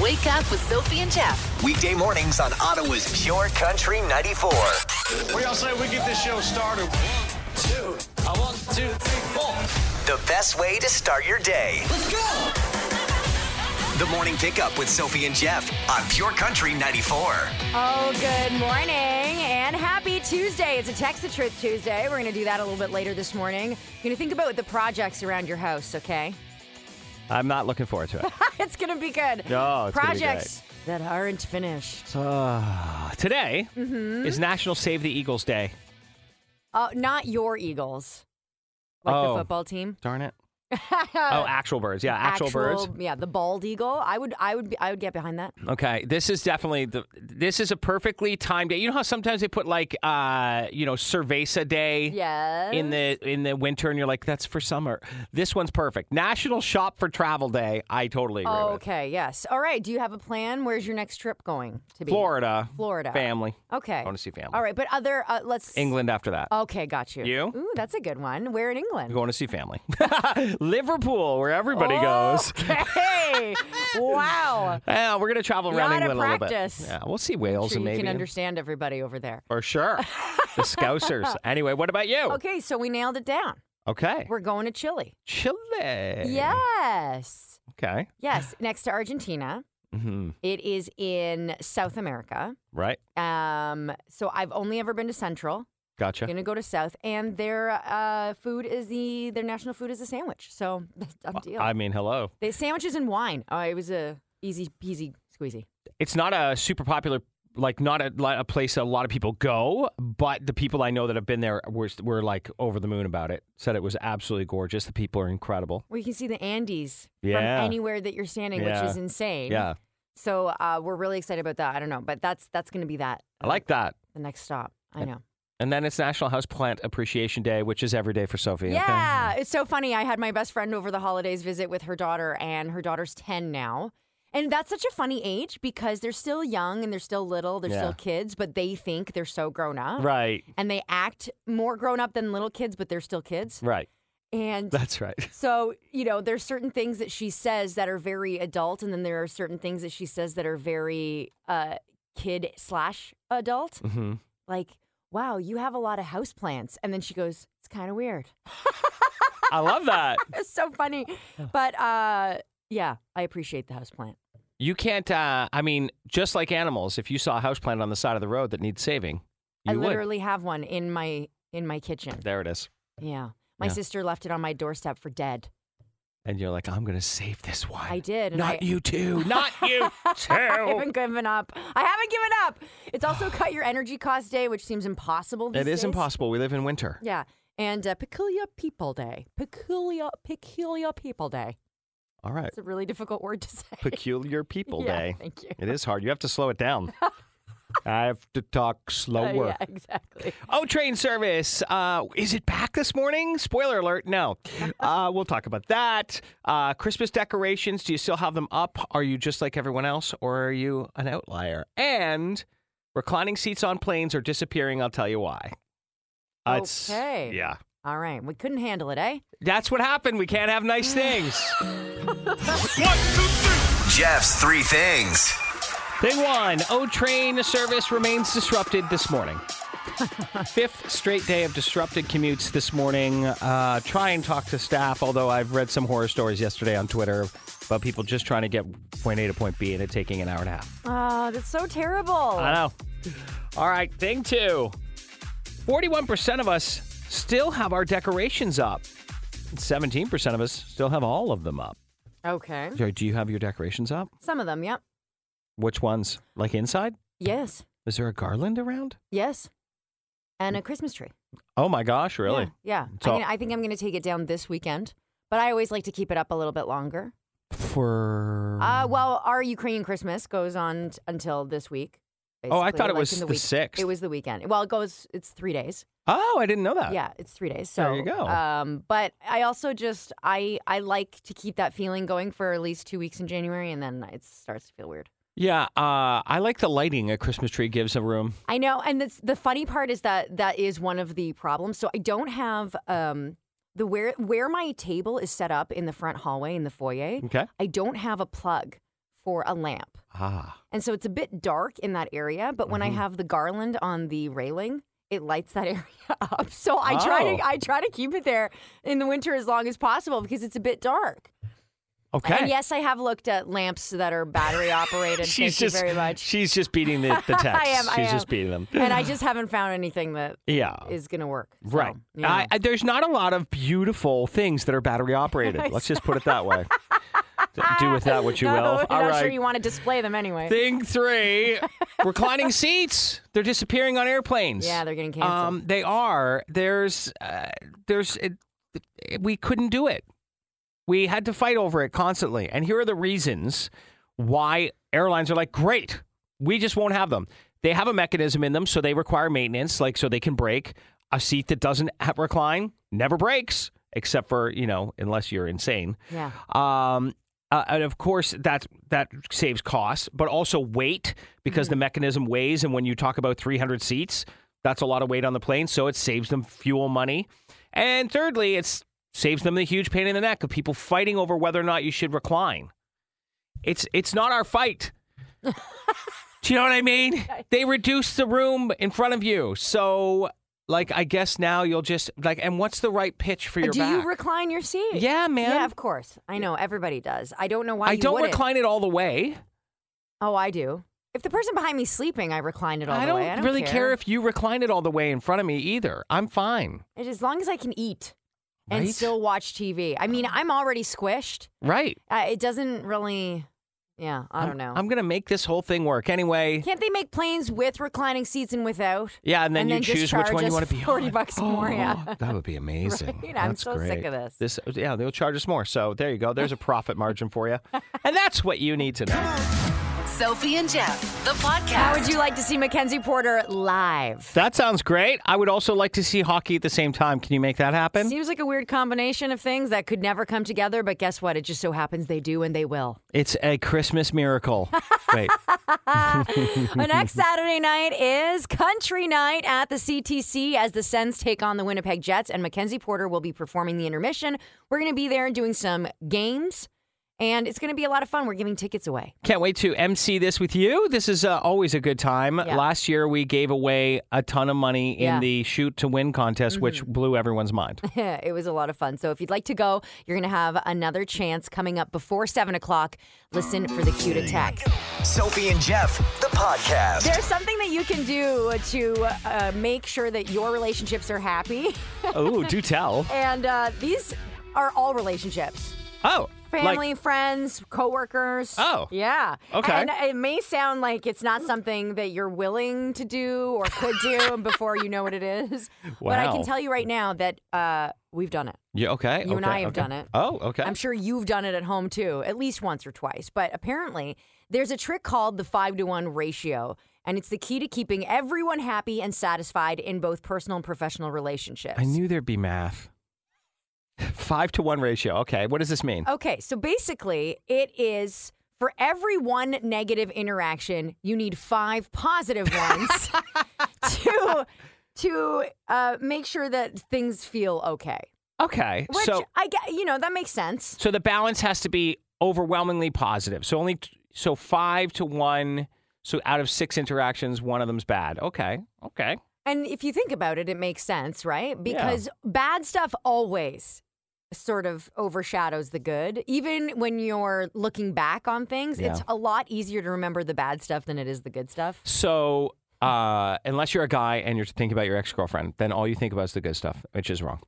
Wake up with Sophie and Jeff. Weekday mornings on Ottawa's Pure Country 94. We all say we get this show started. two. I want two, three, four. The best way to start your day. Let's go. The morning pickup with Sophie and Jeff on Pure Country 94. Oh, good morning and happy Tuesday. It's a Text the Truth Tuesday. We're going to do that a little bit later this morning. You're going to think about the projects around your house, okay? I'm not looking forward to it. it's going to be good. No, it's gonna be projects that aren't finished. Ah. Today Mm-hmm. is National Save the Eagles Day. Uh, not your Eagles, like Oh. the football team. Darn it. oh, actual birds. Yeah, actual, birds. Yeah, the bald eagle. I would, I would, be, I would get behind that. Okay, this is definitely the this is a perfectly timed day. You know how sometimes they put like uh, you know, Cerveza Day Yes. in the in the winter and you're like that's for summer. This one's perfect. National Shop for Travel Day. I totally agree with. Okay. Yes. All right. Do you have a plan? Where's your next trip going to be? Florida. Florida. Family. Okay. Oh. I want to see family. All right, but other uh, let's England after that. Okay, got you. You? Ooh, that's a good one. Where in England? Going to see family. Liverpool, where everybody Oh. goes. Okay. wow. Yeah, we're gonna travel around Lot of England a little bit. practice. Yeah, we'll see Wales Sure and you maybe can understand everybody over there. for sure. the Scousers. Anyway, what about you? Okay, so we nailed it down. Okay. We're going to Chile. Chile. Yes. Okay. Yes. Next to Argentina. hmm It is in South America. Right. Um, so I've only ever been to Central. Gotcha. Gonna go to South, and their uh, food is the their national food is a sandwich. So that's a deal. I mean, hello. the sandwiches and wine. Oh, it was a easy peasy squeezy. It's not a super popular, like not a, lot- a place a lot of people go, but the people I know that have been there were, were like over the moon about it. Said it was absolutely gorgeous. The people are incredible. Well, you can see the Andes Yeah. from anywhere that you're standing, Yeah. which is insane. Yeah. So uh, we're really excited about that. I don't know, but that's that's going to be that I like that. the next stop. I know. And then it's National Houseplant Appreciation Day, which is every day for Sophie. okay? Yeah, it's so funny. I had my best friend over the holidays visit with her daughter, and her daughter's ten now. And that's such a funny age because they're still young and they're still little, they're Yeah. still kids, but they think they're so grown up. Right. And they act more grown up than little kids, but they're still kids. Right. And That's right. So, you know, there's certain things that she says that are very adult, and then there are certain things that she says that are very uh, kid slash adult. hmm Like, wow, you have a lot of houseplants. And then she goes, it's kind of weird. I love that. It's so funny. But uh, yeah, I appreciate the houseplant. You can't. Uh, I mean, just like animals, if you saw a houseplant on the side of the road that needs saving, you I would. literally have one in my in my kitchen. There it is, Yeah. My Yeah. sister left it on my doorstep for dead. and you're like, I'm gonna save this one. I did, and Not I- you too. Not you I too. haven't given up. I haven't given up. It's also cut your energy cost day, which seems impossible. These It is days. impossible. We live in winter. Yeah. And uh, Peculiar People Day. Peculiar, peculiar People Day. All right. It's a really difficult word to say. Peculiar people Yeah, day. thank you. It is hard. You have to slow it down. I have to talk Uh, slower. yeah, exactly. Oh, train service. Uh, is it back this morning? Spoiler alert, no. Uh, we'll talk about that. Uh, Christmas decorations, do you still have them up? Are you just like everyone else, or are you an outlier? And reclining seats on planes are disappearing. I'll tell you why. Uh, it's- Okay. Yeah. All right. We couldn't handle it, eh? That's what happened. We can't have nice things. Jeff's three things. Thing one, O train service remains disrupted this morning. Fifth straight day of disrupted commutes this morning. Uh, try and talk to staff, although I've read some horror stories yesterday on Twitter about people just trying to get point A to point B and it taking an hour and a half. Oh, that's so terrible. I know. All right, thing two 41% of us still have our decorations up, 17% of us still have all of them up. Okay. So, do you have your decorations up? Some of them, yep. Which ones? Like inside? Yes. Is there a garland around? Yes. And a Christmas tree. Oh my gosh, really? Yeah. yeah. So- I, mean, I think I'm going to take it down this weekend, but I always like to keep it up a little bit longer. For Uh, well, our Ukrainian Christmas goes on t- until this week. Oh, I basically, thought it like was in the week. 6th. It was the weekend. Well, it goes, it's three days. oh, I didn't know that. yeah it's three days so There you go. um but i also just i i like to keep that feeling going for at least two weeks in january and then it starts to feel weird yeah. Uh, I like the lighting a Christmas tree gives a room. i know and that's the funny part is that that is one of the problems so i don't have um the where where my table is set up in the front hallway in the foyer Okay. i don't have a plug for a lamp. Ah. And so it's a bit dark in that area, but Mm-hmm. when I have the garland on the railing, it lights that area up. So I try to Oh. I try to keep it there in the winter as long as possible because it's a bit dark. Okay. And yes, I have looked at lamps that are battery operated. she's Thank just you very much. she's just beating the, the text. I am, she's I am. just beating them. And I just haven't found anything that Yeah. is going to work. So, Right. you know. I, I, there's not a lot of beautiful things that are battery operated. Let's just put it that way. Do with that what you No, will. I'm All not right. sure you want to display them anyway. Thing three, reclining seats. They're disappearing on airplanes. Yeah, they're getting canceled. Um, they are. There's, uh, there's, it, it- we couldn't do it. We had to fight over it constantly. And here are the reasons why airlines are like, great, we just won't have them. They have a mechanism in them, so they require maintenance, like so they can break. A seat that doesn't have recline never breaks, except for you know, unless you're insane. Yeah. Um, uh, and of course, that that saves costs, but also weight because Mm-hmm. the mechanism weighs. And when you talk about 300 seats, that's a lot of weight on the plane, so it saves them fuel money. And thirdly, it's saves them the huge pain in the neck of people fighting over whether or not you should recline. It's it's not our fight. Do you know what I mean? They reduce the room in front of you, so like I guess now you'll just like. And what's the right pitch for your Uh, Do back? you recline your seat? Yeah, man. Yeah, of course. I know everybody does. I don't know why I you don't wouldn't. recline it all the way. Oh, I do. If the person behind me's sleeping, I recline it all I the don't, way. I don't really care. if you recline it all the way in front of me either. I'm fine. It- as long as I can eat and Right? Oh. still watch TV. I mean, I'm already squished. Right. Uh, it doesn't really. Yeah, I I'm- don't know. I'm gonna make this whole thing work anyway. Can't they make planes with reclining seats and without? Yeah, and then you just choose which charge one you us want to be 40 on. bucks more, yeah. Oh, that would be amazing. Right? I'm That's so sick great. of this. This, yeah, they'll charge us more. So there you go. There's a profit margin for you, and that's what you need to know. Sophie and Jeff, the How podcast. would you like to see Mackenzie Porter live? That sounds great. I would also like to see hockey at the same time. Can you make that happen? Seems like a weird combination of things that could never come together, but guess what? It just so happens they do and they will. It's a Christmas miracle. Wait. Well, next Saturday night is country night at the CTC as the Sens take on the Winnipeg Jets, and Mackenzie Porter will be performing the intermission. We're going to be there and doing some games, and it's going to be a lot of fun. We're giving tickets away. Can't wait to MC this with you. This is uh, always a good time. Yeah. Last year, we gave away a ton of money in Yeah. Mm-hmm. the shoot to win contest, which blew everyone's mind. it was a lot of fun. So if you'd like to go, you're going to have another chance coming up before 7 o'clock. Listen for the cue to text. Sophie and Jeff, the podcast. There's something that you can do to uh, make sure that your relationships are happy, oh, do tell. and uh, these are all relationships. Oh, like- Family, friends, coworkers. Oh. yeah. Okay. And it may sound like it's not something that you're willing to do or could do before you know what it is. But I Wow. can tell you right now that uh, we've done it. yeah, okay. You and okay, I have okay. done it. Oh, okay. I'm sure you've done it at home too, at least once or twice. But apparently, there's a trick called the five to one ratio, and it's the key to keeping everyone happy and satisfied in both personal and professional relationships. I knew there'd be math. Five to one ratio. Okay. What does this mean? Okay, so basically, it is for every one negative interaction, you need five positive ones to to uh, make sure that things feel okay. Okay. Which so, I get, you know, that makes sense. so the balance has to be overwhelmingly positive. So only t- so five to one. So out of six interactions, one of them's bad. Okay. Okay. And if you think about it, it makes sense, right? Because bad stuff always sort of overshadows the good. Even when you're looking back on things, it's Yeah. a lot easier to remember the bad stuff than it is the good stuff. So, uh, unless you're a guy and you're thinking about your ex girlfriend, then all you think about is the good stuff, which is wrong.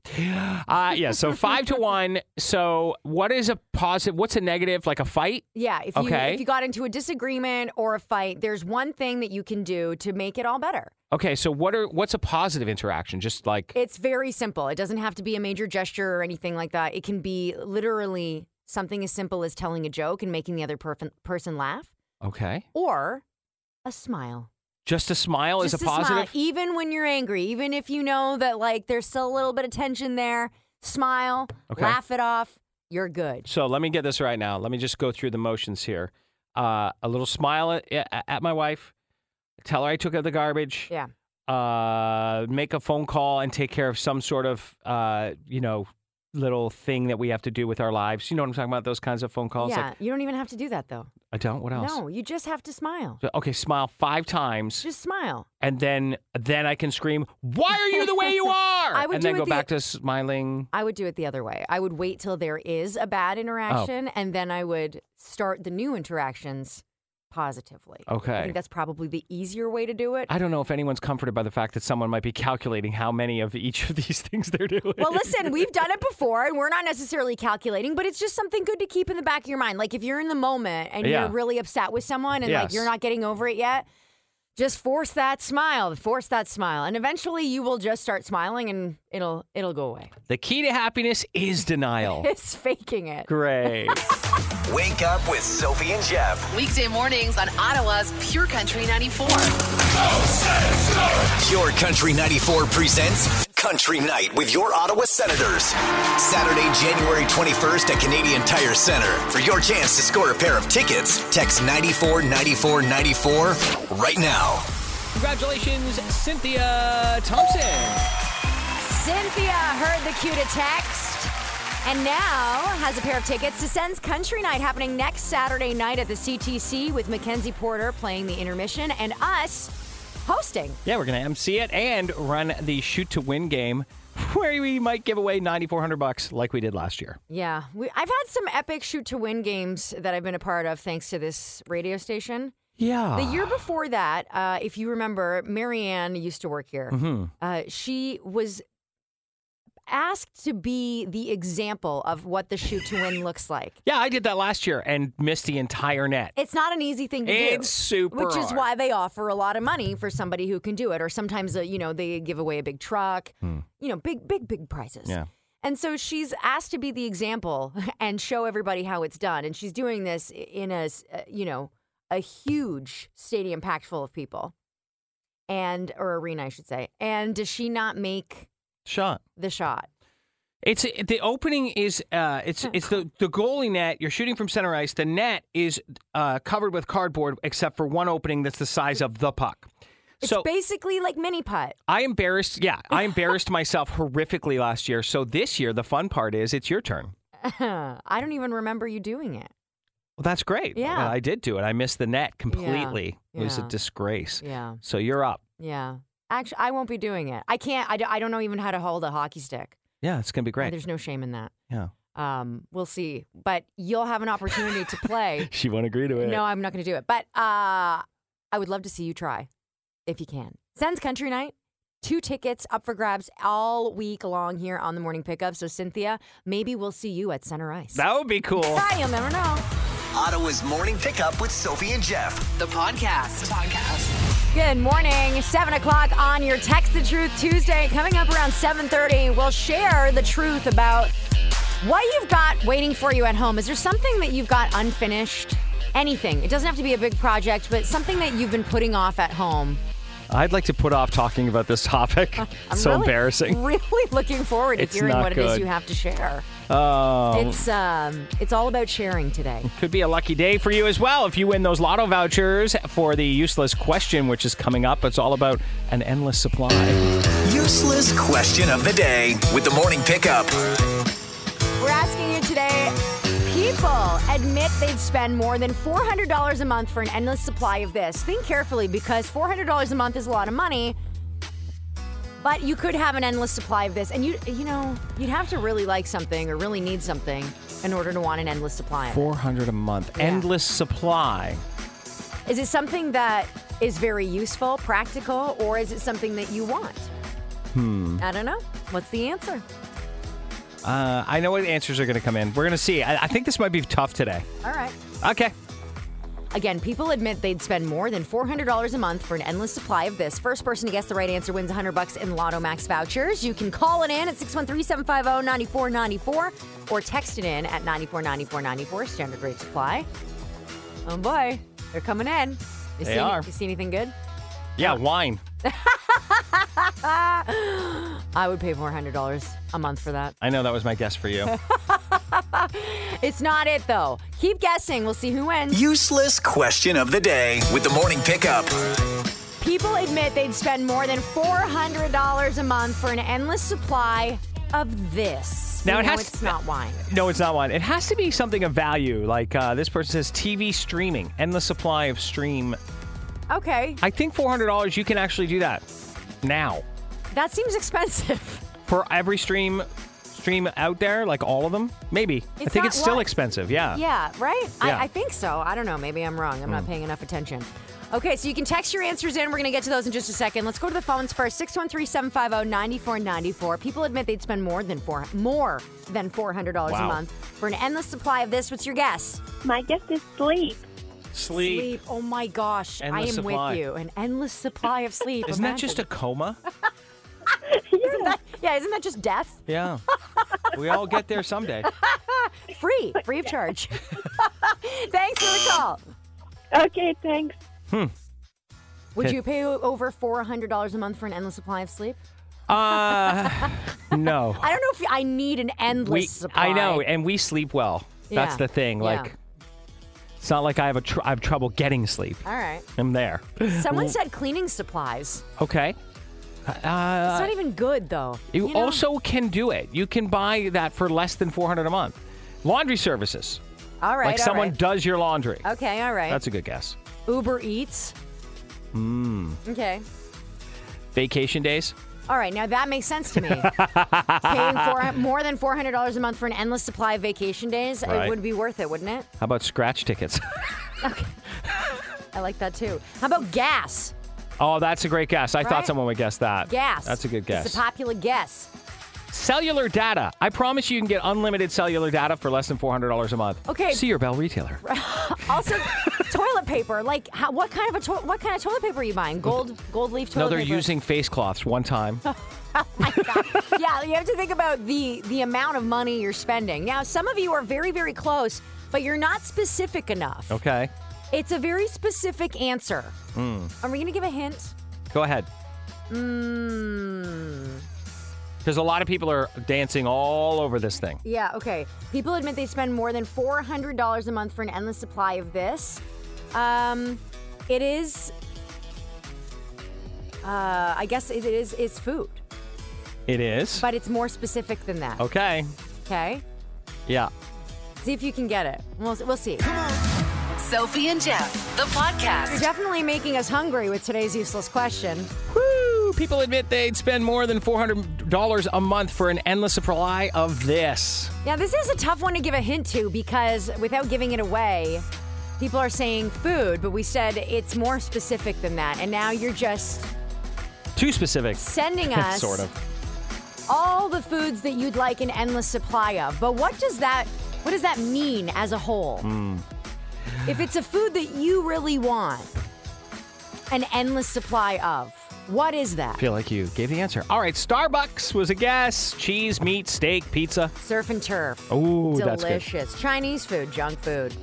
Uh, yeah. So five to one. So what is a positive? What's a negative? Like a fight? Yeah, if you Okay. if you got into a disagreement or a fight, there's one thing that you can do to make it all better. Okay. So what are what's a positive interaction? Just like It's very simple. It doesn't have to be a major gesture or anything like that. It can be literally something as simple as telling a joke and making the other perf- person laugh okay, or a smile. just a smile Oh, is Just a a smile, positive. even when you're angry, even if you know that like there's still a little bit of tension there. Smile, Okay. laugh it off. You're good. So let me get this right now. Let me just go through the motions here. Uh, a little smile at, at my wife. Tell her I took out the garbage. Yeah. uh, make a phone call and take care of some sort of, uh, you know, little thing that we have to do with our lives. You know what I'm talking about? Those kinds of phone calls. yeah, Like, you don't even have to do that though. I don't. What else? No, you just have to smile. So, okay, smile five times, Just smile. and then then I can scream, "Why are you the way you are?" I would and do then it go the- back to smiling. I would do it the other way. I would wait till there is a Oh. bad interaction and then I would start the new interactions positively. I Okay. think that's probably the easier way to do it. I don't know if anyone's comforted by the fact that someone might be calculating how many of each of these things they're doing. well, listen, we've done it before and we're not necessarily calculating, but it's just something good to keep in the back of your mind. Like if you're in the moment and Yeah. you're really upset with someone and like Yes. you're not getting over it yet, just force that smile, force that smile, and eventually you will just start smiling and it'll it'll go away. the key to happiness is denial. It's faking it. Great. Wake up with Sophie and Jeff. Weekday mornings on Ottawa's Pure Country 94. Pure Country 94 presents Country Night with your Ottawa Senators. Saturday, January 21st at Canadian Tire Center. For your chance to score a pair of tickets, text 94 94 94 right now. Congratulations, Cynthia Thompson. Cynthia heard the cue to text and now has a pair of tickets to Sens Country Night happening next Saturday night at the CTC with Mackenzie Porter playing the intermission and us hosting. Yeah, we're gonna MC it and run the shoot to win game, where we might give away 9,400 bucks like we did last year. Yeah, we, I've had some epic shoot to win games that I've been a part of thanks to this radio station. Yeah. The year before that, uh, if you remember, Marianne used to work here. Uh, she was asked to be the example of what the shoot to win looks like. yeah, I did that last year and missed the entire net. It's not an easy thing to do. It's super Which is hard. why they offer a lot of money for somebody who can do it. Or sometimes, uh, you know, they give away a big truck, you know, big, big, big prizes. Hmm. Yeah. And so she's asked to be the example and show everybody how it's done. And she's doing this in a, s- uh, you know, a huge stadium packed full of people and, or arena, I should say. And does she not make Shot. the shot? It's the opening is uh, it's it's the the goalie net. You're shooting from center ice. The net is uh, covered with cardboard except for one opening that's the size of the puck. It's so basically like mini putt. I embarrassed. Yeah, I embarrassed myself horrifically last year. So this year, the fun part is it's your turn. I don't even remember you doing it. Well, that's great. Yeah. Well, I did do it. I missed the net completely. It was a Yeah. disgrace. Yeah. So you're up. Yeah. Actually, I won't be doing it. I can't. I, d- I don't know even how to hold a hockey stick. Yeah, it's gonna be great. There's no shame in that. Yeah. Um, we'll see. But you'll have an opportunity to play. She won't agree to it. no, I'm not going to do it. But uh, I would love to see you try if you can. Sens Country Night. Two tickets up for grabs all week long here on the morning pickup. So, Cynthia, maybe we'll see you at Center Ice. That would be cool. Ah, you'll never know. Ottawa's morning pickup with Sophie and Jeff. The podcast. podcast. Good morning. Seven o'clock on your Text the Truth Tuesday. Coming up around 7:30, we'll share the truth about what you've got waiting for you at home. Is there something that you've got unfinished? Anything. It doesn't have to be a big project, but something that you've been putting off at home. I'd like to put off talking about this topic. I'm so really- embarrassing. Really looking forward to It's hearing not what it is good. you have to share. Oh. It's um, it's all about sharing today. Could be a lucky day for you as well if you win those lotto vouchers for the useless question, which is coming up. It's all about an endless supply. Useless question of the day with the morning pickup. We're asking you today. People admit they'd spend more than $400 a month for an endless supply of this. Think carefully because $400 a month is a lot of money, but you could have an endless supply of this. And you, you know, you'd have to really like something or really need something in order to want an endless supply. of it. 400 a month. Endless supply. Is it something that is very useful, practical, or is it something that you want? Hmm. I don't know. What's the answer? Uh, I know what answers are going to come in. We're going to see. I, I think this might be tough today. All right. Okay. Again, people admit they'd spend more than $400 a month for an endless supply of this. First person to guess the right answer wins 100 bucks in Lotto Max vouchers. You can call it in at oh, 613-750-9494 or text it in at 949494 standard rate supply. Oh boy, they're coming in. You see any- are. You see anything good? Yeah, wine. I would pay $400 a month for that. I know that was my guess for you. It's not it though. Keep guessing. We'll see who wins. Useless question of the day with the morning pickup. People admit they'd spend more than $400 a month for an endless supply of this. Now You it know has- it's not wine. No, it's not one. It has to be something of value. Like uh, this person says TV streaming, endless supply of stream. Okay, I think $400, you can actually do that now. that seems expensive. For every stream stream out there, like all of them, maybe. I It's think not it's still one- expensive. Yeah. Yeah, right? Yeah. Hmm. I, I think so. I don't know. Maybe I'm wrong. I'm not paying enough attention. Okay, so you can text your answers in. We're going to get to those in just a second. Let's go to the phones first. oh, 613-750-9494. People admit they'd spend more than four more than $400 Wow. a month for an endless supply of this. What's your guess? My guess is sleep. Sleep. Oh my gosh, I am Endless supply. with you. An endless supply of sleep. Isn't that just a coma? Isn't that- yeah, isn't that just death? Yeah. we all get there someday. Free, free of charge. Thanks for the call. Okay, thanks. Would Okay. you pay o- over $400 a month for an endless supply of sleep? Uh, no. I don't know if y- I need an endless We, supply. I know, and we sleep well. That's Yeah. the thing. Yeah. Like, it's not like I have a tr- I have trouble getting sleep. All right. I'm there. Someone said cleaning supplies. Okay. It's Uh, not even good though. you know? also can do it. You can buy that for less than 400 a month. Laundry services, all right. like all someone right. does your laundry. Okay. All right. That's a good guess. Uber Eats. Hmm. Mm. Okay. Vacation days. All right. Now that makes sense to me. Paying for more than four hundred dollars a month for an endless supply of vacation days, Right. it would be worth it, wouldn't it? How about scratch tickets? I like that too. How about gas? oh, that's a great guess. I thought Right? someone would guess that. Gas. That's a good guess. It's a popular guess. Cellular data. I promise you, you can get unlimited cellular data for less than $400 a month. Okay. See your Bell retailer. Also, toilet paper. Like, how, what kind of a to- what kind of toilet paper are you buying? Gold, gold leaf toilet No, they're paper. using face cloths one time. yeah, you have to think about the the amount of money you're spending. Now, some of you are very very close, but you're not specific enough. Okay. It's a very specific answer. Hmm. Are we going to give a hint? Go ahead. Hmm. Because a lot of people are dancing all over this thing. Yeah, okay. People admit they spend more than $400 a month for an endless supply of this. Um it is uh, I guess it is is food, It is. but it's more specific than that. okay. Okay, Yeah. see if you can get it. We'll we'll see. Sophie and Jeff, the You're podcast. definitely making us hungry with today's useless question. Woo! People admit they'd spend more than $400 a month for an endless supply of this. Now, this is a tough one to give a hint to because without giving it away, people are saying food, but we said it's more specific than that. And now you're just Too specific. sending us sort of. all the foods that you'd like an endless supply of. But what does that what does that mean as a whole? Hmm. If it's a food that you really want, an endless supply of. What is that? feel like you gave the answer. All right. Starbucks was a guess. Cheese, meat, steak, pizza. Surf and turf. Ooh, delicious. that's good. Chinese food, junk food.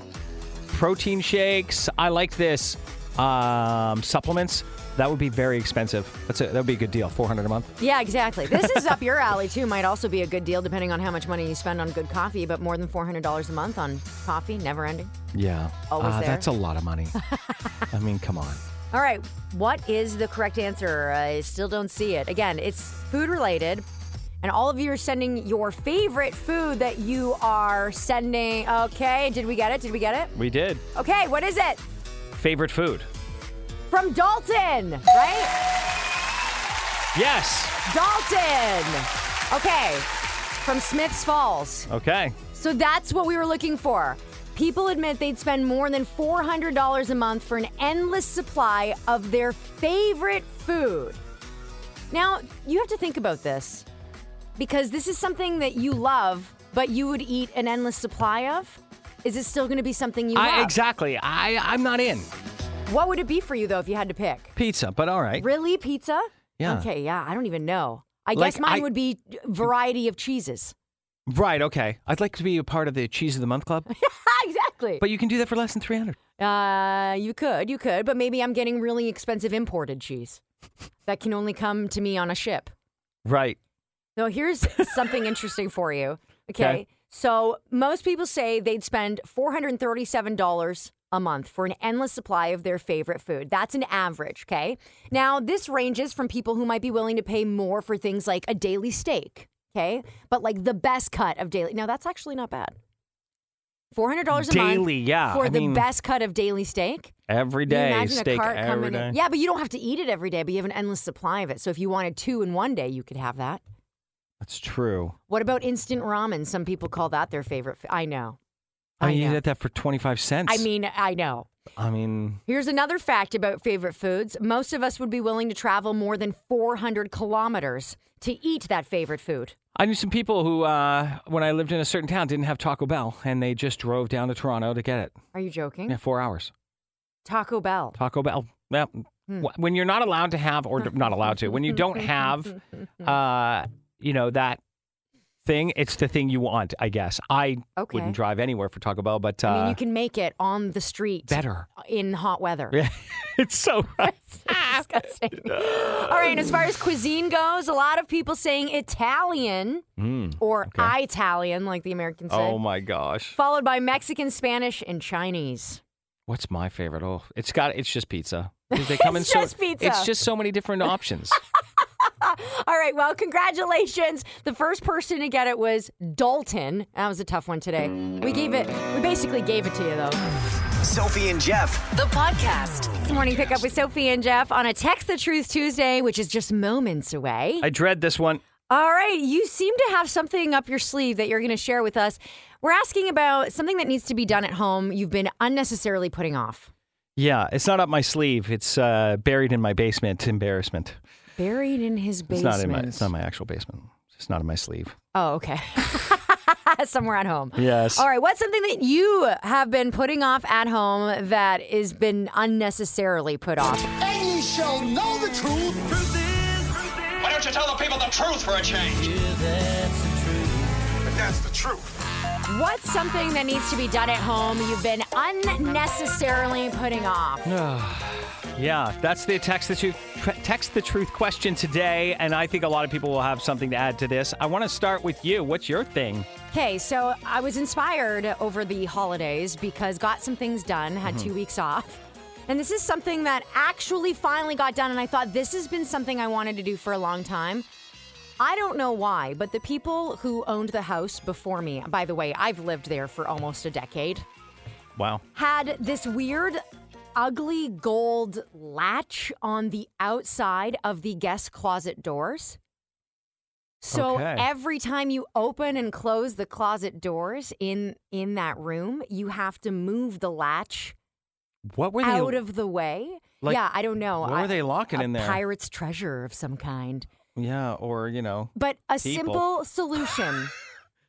Protein shakes. I like this. Um, supplements. That would be very expensive. That's a, that would be a good deal. 400 a month. Yeah, exactly. This is up your alley too. Might also be a good deal depending on how much money you spend on good coffee, but more than four hundred dollars a month on coffee, never ending. Yeah. Ah, Always there. That's a lot of money. I mean, come on. All right, what is the correct answer? I still don't see it. Again, it's food related, and all of you are sending your favorite food that you are sending. Okay, did we get it? Did we get it? We did. Okay, what is it? Favorite food? From Dalton, right? Yes. Dalton. Okay, from Smiths Falls. Okay. So that's what we were looking for. People admit they'd spend more than $400 a month for an endless supply of their favorite food. Now, you have to think about this because this is something that you love, but you would eat an endless supply of. Is it still going to be something you I, love? exactly. I I'm not in What would it be for you, though, if you had to pick? pizza, but all right. Really, pizza? Yeah. Okay, yeah, I don't even know. I Like, guess mine I- would be variety of cheeses. Right. Okay. I'd like to be a part of the cheese of the month club, exactly. but you can do that for less than 300. Uh, you could, you could, but maybe I'm getting really expensive imported cheese that can only come to me on a ship. Right. So here's something interesting for you. Okay. Okay. So most people say they'd spend $437 a month for an endless supply of their favorite food. That's an average, okay? Now, this ranges from people who might be willing to pay more for things like a daily steak Okay. But like the best cut of daily. Now that's actually not bad. Four hundred dollars a month. Daily, yeah, For I the mean- best cut of daily steak. Every Can you day, imagine steak a cart every coming day. in. Yeah, but you don't have to eat it every day, but you have an endless supply of it. So if you wanted two in one day, you could have that. That's true. What about instant ramen? Some people call that their favorite. f- I know. I, I mean, you know. get that for 25 cents. I mean, I know. I mean, Here's another fact about favorite foods. Most of us would be willing to travel more than 400 kilometers to eat that favorite food. I knew some people who, uh, when I lived in a certain town, didn't have Taco Bell, and they just drove down to Toronto to get it. Are you joking? Yeah, four hours. Taco Bell. Taco Bell. Yeah. Hmm. Wh- When you're not allowed to have, or d- not allowed to, when you don't have, uh, you know, that thing, it's the thing you want, I guess. I Okay. wouldn't drive anywhere for Taco Bell, but uh, I mean, you can make it on the street better. in hot weather. Yeah. it's so right. Disgusting. All right, and as far as cuisine goes, a lot of people saying Italian or Italian, like the Americans say, Oh my gosh. followed by Mexican, Spanish, and Chinese. What's my favorite? Oh, it's got, it's just pizza. 'Cause They come It's in so, just pizza. It's just so many different options. All right, well, congratulations. The first person to get it was Dalton. That was a tough one today. We gave it, we basically gave it to you, though. Sophie and Jeff. The podcast. This morning, pick up with Sophie and Jeff on a Text the Truth Tuesday, which is just moments away. I dread this one. All right, you seem to have something up your sleeve that you're going to share with us. We're asking about something that needs to be done at home you've been unnecessarily putting off. Yeah, it's not up my sleeve. It's uh, buried in my basement. Embarrassment. Buried in his It's basement. not in my. It's not my actual basement. It's not in my sleeve. Oh, okay. Somewhere at home. Yes. All right. What's something that you have been putting off at home that has been unnecessarily put off? and ye shall know the truth. Why don't you tell the people the truth for a change? that's the truth. What's something that needs to be done at home you've been unnecessarily putting off? Yeah, that's the text the truth tre- text the truth question today, and I think a lot of people will have something to add to this. I want to start with you. What's your thing? Okay, so I was inspired over the holidays because got some things done, had two weeks off. And this is something that actually finally got done. And I thought this has been something I wanted to do for a long time. I don't know why, but the people who owned the house before me, by the way, I've lived there for almost a decade, Wow. had this weird, ugly gold latch on the outside of the guest closet doors. So Okay. every time you open and close the closet doors in in that room, you have to move the latch What were they? out of the way. Like, yeah, I don't know. what were I- they locking a in there? Pirate's treasure of some kind. yeah, or you know, But a People. simple solution.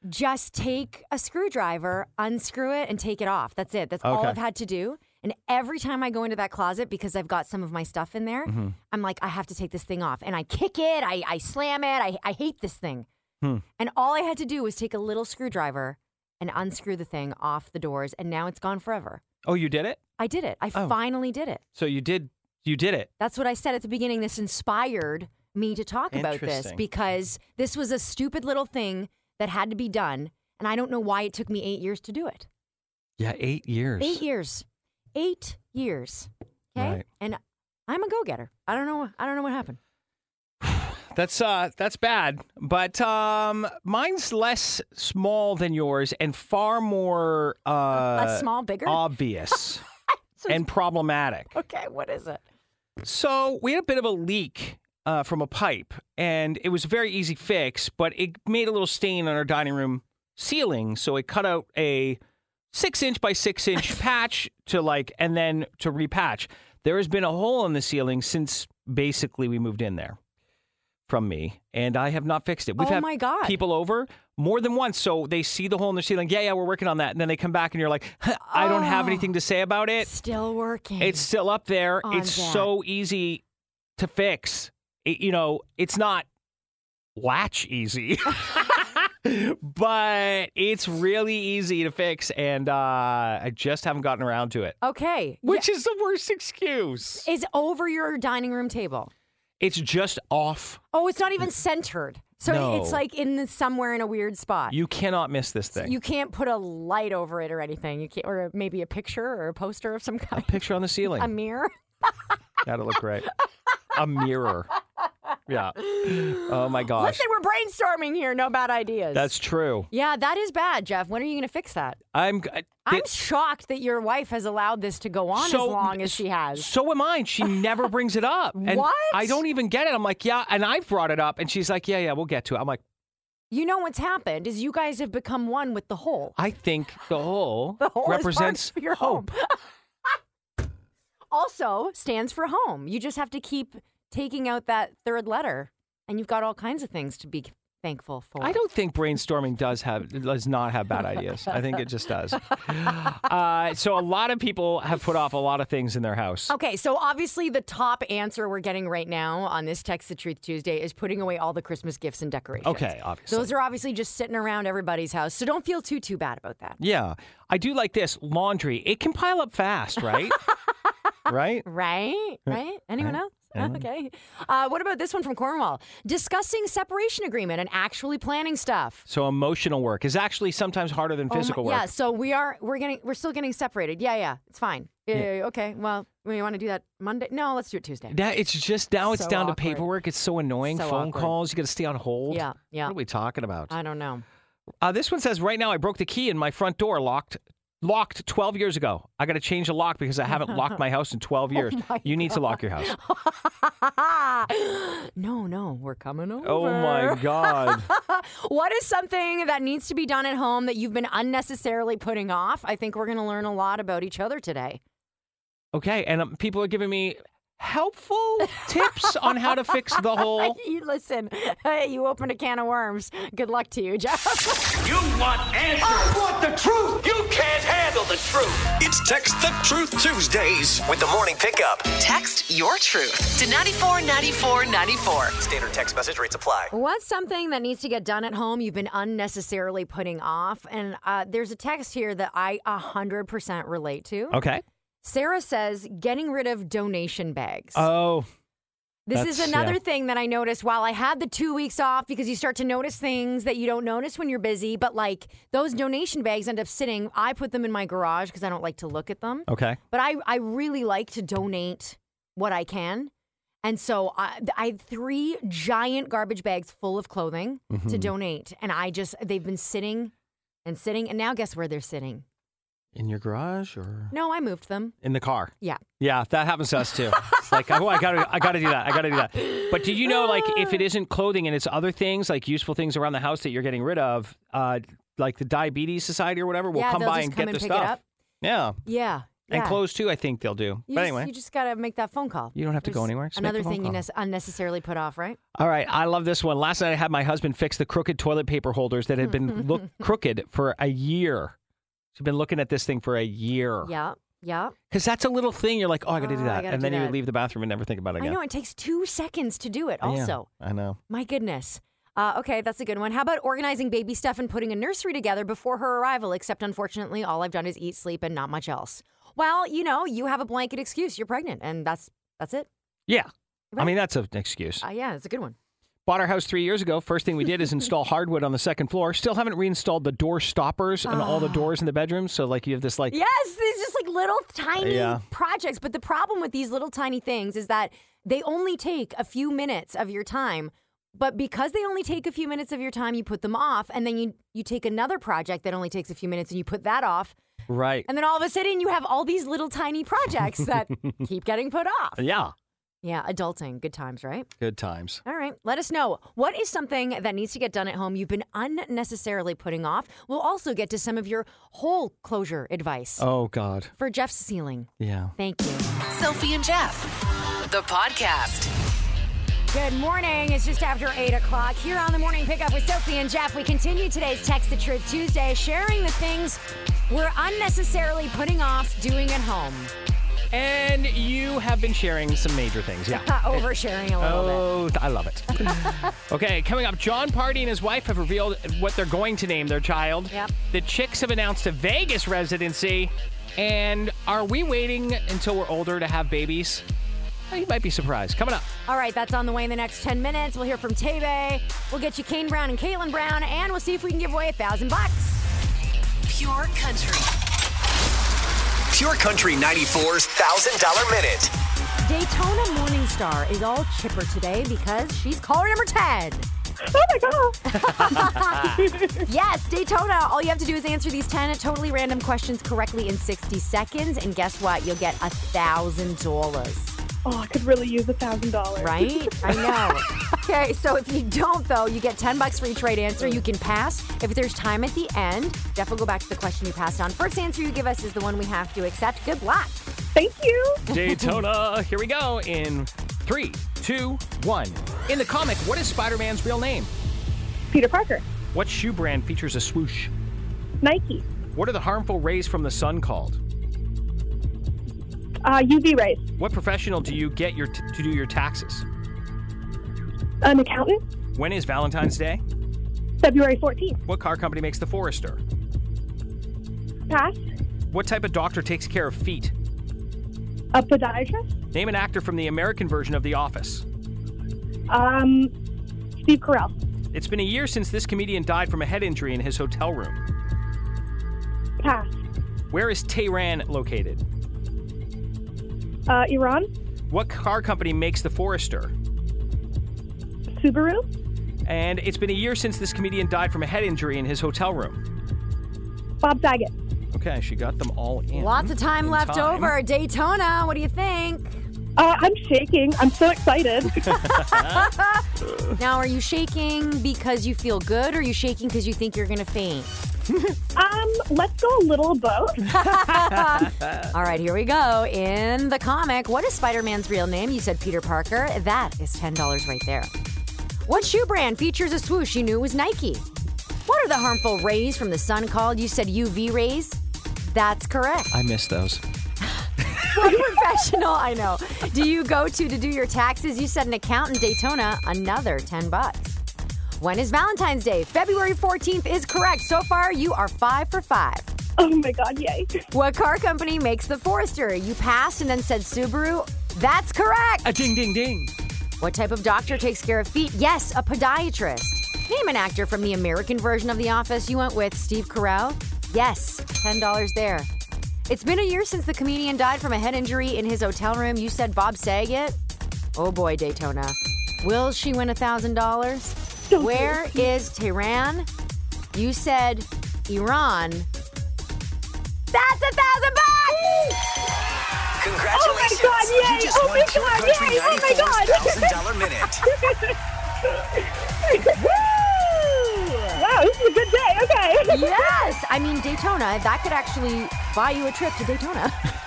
Just take a screwdriver, unscrew it, and take it off. That's it. That's all Okay. I've had to do. And every time I go into that closet because I've got some of my stuff in there, Mm-hmm. I'm like, I have to take this thing off. And I kick it, I, I slam it, I, I hate this thing. Hmm. And all I had to do was take a little screwdriver and unscrew the thing off the doors. And now it's gone forever. oh, you did it. I did it. I Oh. finally did it. So you did. You did it. That's what I said at the beginning. This inspired me to talk about this Interesting. because this was a stupid little thing that had to be done. And I don't know why it took me eight years to do it. Yeah, eight years. Eight years. Eight years. Okay. Right. And I'm a go getter. I don't know. I don't know what happened. That's uh that's bad, but um mine's less small than yours and far more uh Less small, bigger? obvious and problematic. Okay. What is it? Mm-hmm. So, we had a bit of a leak uh, from a pipe and it was a very easy fix, but it made a little stain on our dining room ceiling, so it cut out a 6-inch by 6-inch patch to like and then to repatch. There has been a hole in the ceiling since basically we moved in there from me, and I have not fixed it. We've Oh had my God. people over more than once, so they see the hole in their ceiling. Yeah, yeah, we're working on that, and then they come back, and you're like, "Huh, I don't Ah. have anything to say about it. Still working. It's still up there. On It's that. so easy to fix. It- you know, it's not latch easy. But it's really easy to fix, and uh, I just haven't gotten around to it, okay. which is the worst excuse. Is over your dining room table. It's just off Oh, it's not even centered. So No. it's like in the, somewhere in a weird spot. You cannot miss this So thing. You can't put a light over it or anything. You can't, or maybe a picture or a poster of some kind. Picture on the ceiling. A mirror. That'll look great. A mirror. yeah. Oh my gosh. Listen, we're brainstorming here. No bad ideas. That's true. yeah, that is bad, Jeff. When are you going to fix that? I'm. I'm shocked that your wife has allowed this to go on as long as she has. So am I. and She never brings it up. And What? I don't even get it. I'm like, yeah, and I've brought it up, and she's like, yeah, yeah, we'll get to it. I'm like, You know what's happened is you guys have become one with the whole. I think the whole, The whole is part represents of your hope. Also stands for home. You just have to keep taking out that third letter, and you've got all kinds of things to be thankful for. I don't think brainstorming does have does not have bad ideas. I think it just does. Uh, so a lot of people have put off a lot of things in their house. Okay, so obviously the top answer we're getting right now on this Text the Truth Tuesday is putting away all the Christmas gifts and decorations. Okay, obviously. Those are obviously just sitting around everybody's house, so don't feel too too bad about that. Yeah, I do like this laundry. It can pile up fast, right? right. Right? Right? Anyone else? Huh? Okay. Uh, what about this one from Cornwall? Discussing separation agreement and actually planning stuff. So emotional work is actually sometimes harder than Oh my- physical Yeah, work. so we are we're getting we're still getting separated. Yeah, yeah. It's fine. Yeah, yeah, yeah, okay. Well, we want to do that Monday. No, let's do it Tuesday. That it's just now it's So down awkward. to paperwork. It's so annoying. So Phone awkward. calls. You got to stay on hold. Yeah, yeah. What are we talking about? I don't know. Uh, this one says right now I broke the key in my front door locked locked 12 years ago. I got to change the lock because I haven't locked my house in Oh 12 years. you need to lock your house. no, no, we're coming over. Oh my god. What is something that needs to be done at home that you've been unnecessarily putting off? I think we're going to learn a lot about each other today. Okay, and um, people are giving me helpful tips on how to fix the whole You- Listen, hey, you opened a can of worms. Good luck to you, Jeff. You want answers? I want the truth. You can't handle the truth. It's Text the Truth Tuesdays with the morning pickup. Text your truth to 949494. Standard text message rates apply. What's something that needs to get done at home you've been unnecessarily putting off? And uh, there's a text here that I 100% relate to. Okay. Sarah says, getting rid of donation bags. Oh, This is That's- another yeah. thing that I noticed while I had the two weeks off because you start to notice things that you don't notice when you're busy. But like those donation bags end up sitting, I put them in my garage because I don't like to look at them. okay. But I, I really like to donate what I can. And so I, I had three giant garbage bags full of clothing Mm-hmm. to donate. And I just, they've been sitting and sitting. And now guess where they're sitting? In your garage or No, I moved them. in the car? Yeah. Yeah, that happens to us too. It's like, oh, I gotta, I gotta do that. I gotta do that. But do you know, like, if it Ah. isn't clothing and it's other things, like useful things around the house that you're getting rid of, uh, like the Diabetes Society or whatever, will yeah, come they'll by just and come get and the pick stuff. it up. Yeah. Yeah. and yeah. clothes too. I think they'll do. but You just, anyway, you just got to make that phone call. You don't have to go There's anywhere. Just make another the phone thing you call. nes- unnecessarily put off, right? all right. I love this one. Last night I had my husband fix the crooked toilet paper holders that had been look crooked for a year. She's been looking at this thing for a year. Yeah, yeah. Because that's a little thing. You're like, oh, I gotta Oh, do I that, gotta and do then you that. would leave the bathroom and never think about it I again. know it takes two seconds to do it. Yeah, Also, I know. my goodness. Uh, okay, that's a good one. How about organizing baby stuff and putting a nursery together before her arrival? Except, unfortunately, all I've done is eat, sleep, and not much else. Well, you know, you have a blanket excuse. You're pregnant, and that's that's it. Yeah. I Right. mean, that's an excuse. Uh, yeah, it's a good one. Bought our house three years ago. First thing we did is install hardwood on the second floor. Still haven't reinstalled the door stoppers and all the Ah. doors in the bedroom. So like you have this like Yes, these just like little tiny Yeah. projects. But the problem with these little tiny things is that they only take a few minutes of your time. But because they only take a few minutes of your time, you put them off, and then you you take another project that only takes a few minutes, and you put that off, right. and then all of a sudden you have all these little tiny projects that keep getting put off. yeah. Yeah, adulting, good times, right? Good times. All right, let us know what is something that needs to get done at home you've been unnecessarily putting off. We'll also get to some of your hole closure advice Oh God. for Jeff's ceiling. Yeah. Thank you. Sophie and Jeff, the podcast. Good morning. It's just after 8 o'clock here on the morning pickup with Sophie and Jeff. We continue today's Text the Truth Tuesday, sharing the things we're unnecessarily putting off doing at home. And you have been sharing some major things. Yeah. Uh, oversharing a little bit. Oh, I love it. okay, coming up, John Party and his wife have revealed what they're going to name their child. Yep. The chicks have announced a Vegas residency. And are we waiting until we're older to have babies? You might be surprised. Coming up. All right, that's on the way in the next 10 minutes. We'll hear from Tebe. We'll get you Kane Brown and Caitlin Brown, and we'll see if we can give away a thousand bucks. Pure country. Oh Pure Country 94's $1,000 minute. Daytona Morningstar is all chipper today because she's caller number 10. Oh my god! Yes, Daytona. All you have to do is answer these 10 totally random questions correctly in 60 seconds. And guess what? You'll get a $1,000, Oh, I could really use a thousand dollars. right? I know. Okay, so if you don't, though, you get 10 bucks for each right answer. You can pass. If there's time at the end, Jeff will go back to the question you passed on. First answer you give us is the one we have to accept. Good luck. Thank you. Daytona. Here we go in three, two, one. In the comic, what is Spider Man's real name? Peter Parker, What shoe brand features a swoosh? Nike, What are the harmful rays from the sun called? uh, UV rays, What professional do you get your t- to do your taxes? an accountant, When is Valentine's Day? February 14th. What car company makes the Forester? Pass, What type of doctor takes care of feet? a podiatrist, Name an actor from the American version of The Office. um, Steve Carell, It's been a year since this comedian died from a head injury in his hotel room. pass, Where is Tehran located? uh, Iran, What car company makes the Forester? Subaru, And it's been a year since this comedian died from a head injury in his hotel room. Bob Saget. Okay, she got them all in. Lots of time in left over. Daytona, what do you think? Uh, I'm shaking. I'm so excited. Now, are you shaking because you feel good or are you shaking because you think you're going to faint? um, let's go a little boat. All right, here we go. In the comic, what is Spider Man's real name? You said Peter Parker. That is $10 right there. What shoe brand features a swoosh you knew was Nike? What are the harmful rays from the sun called? You said UV rays. That's correct. I miss those. What professional, I know, do you go to to do your taxes? You said an accountant, Daytona, another 10 bucks. When is Valentine's Day? February 14th is correct. So far, you are five for five. Oh my god, yay. What car company makes the Forester? You passed and then said Subaru. That's correct. A ding, ding, ding. What type of doctor takes care of feet? Yes, a podiatrist. Name an actor from the American version of The Office. You went with Steve Carell. Yes, $10 there. It's been a year since the comedian died from a head injury in his hotel room. You said Bob Saget. Oh boy, Daytona. Will she win $1,000? Where is Tehran? You said Iran. That's a thousand bucks! Congratulations! God, yay! You just Oh won my Pure God, Country yay! Oh my God. $94,000 minute. Wow, this is a good day. Okay. Yes! I mean, Daytona, that could actually buy you a trip to Daytona.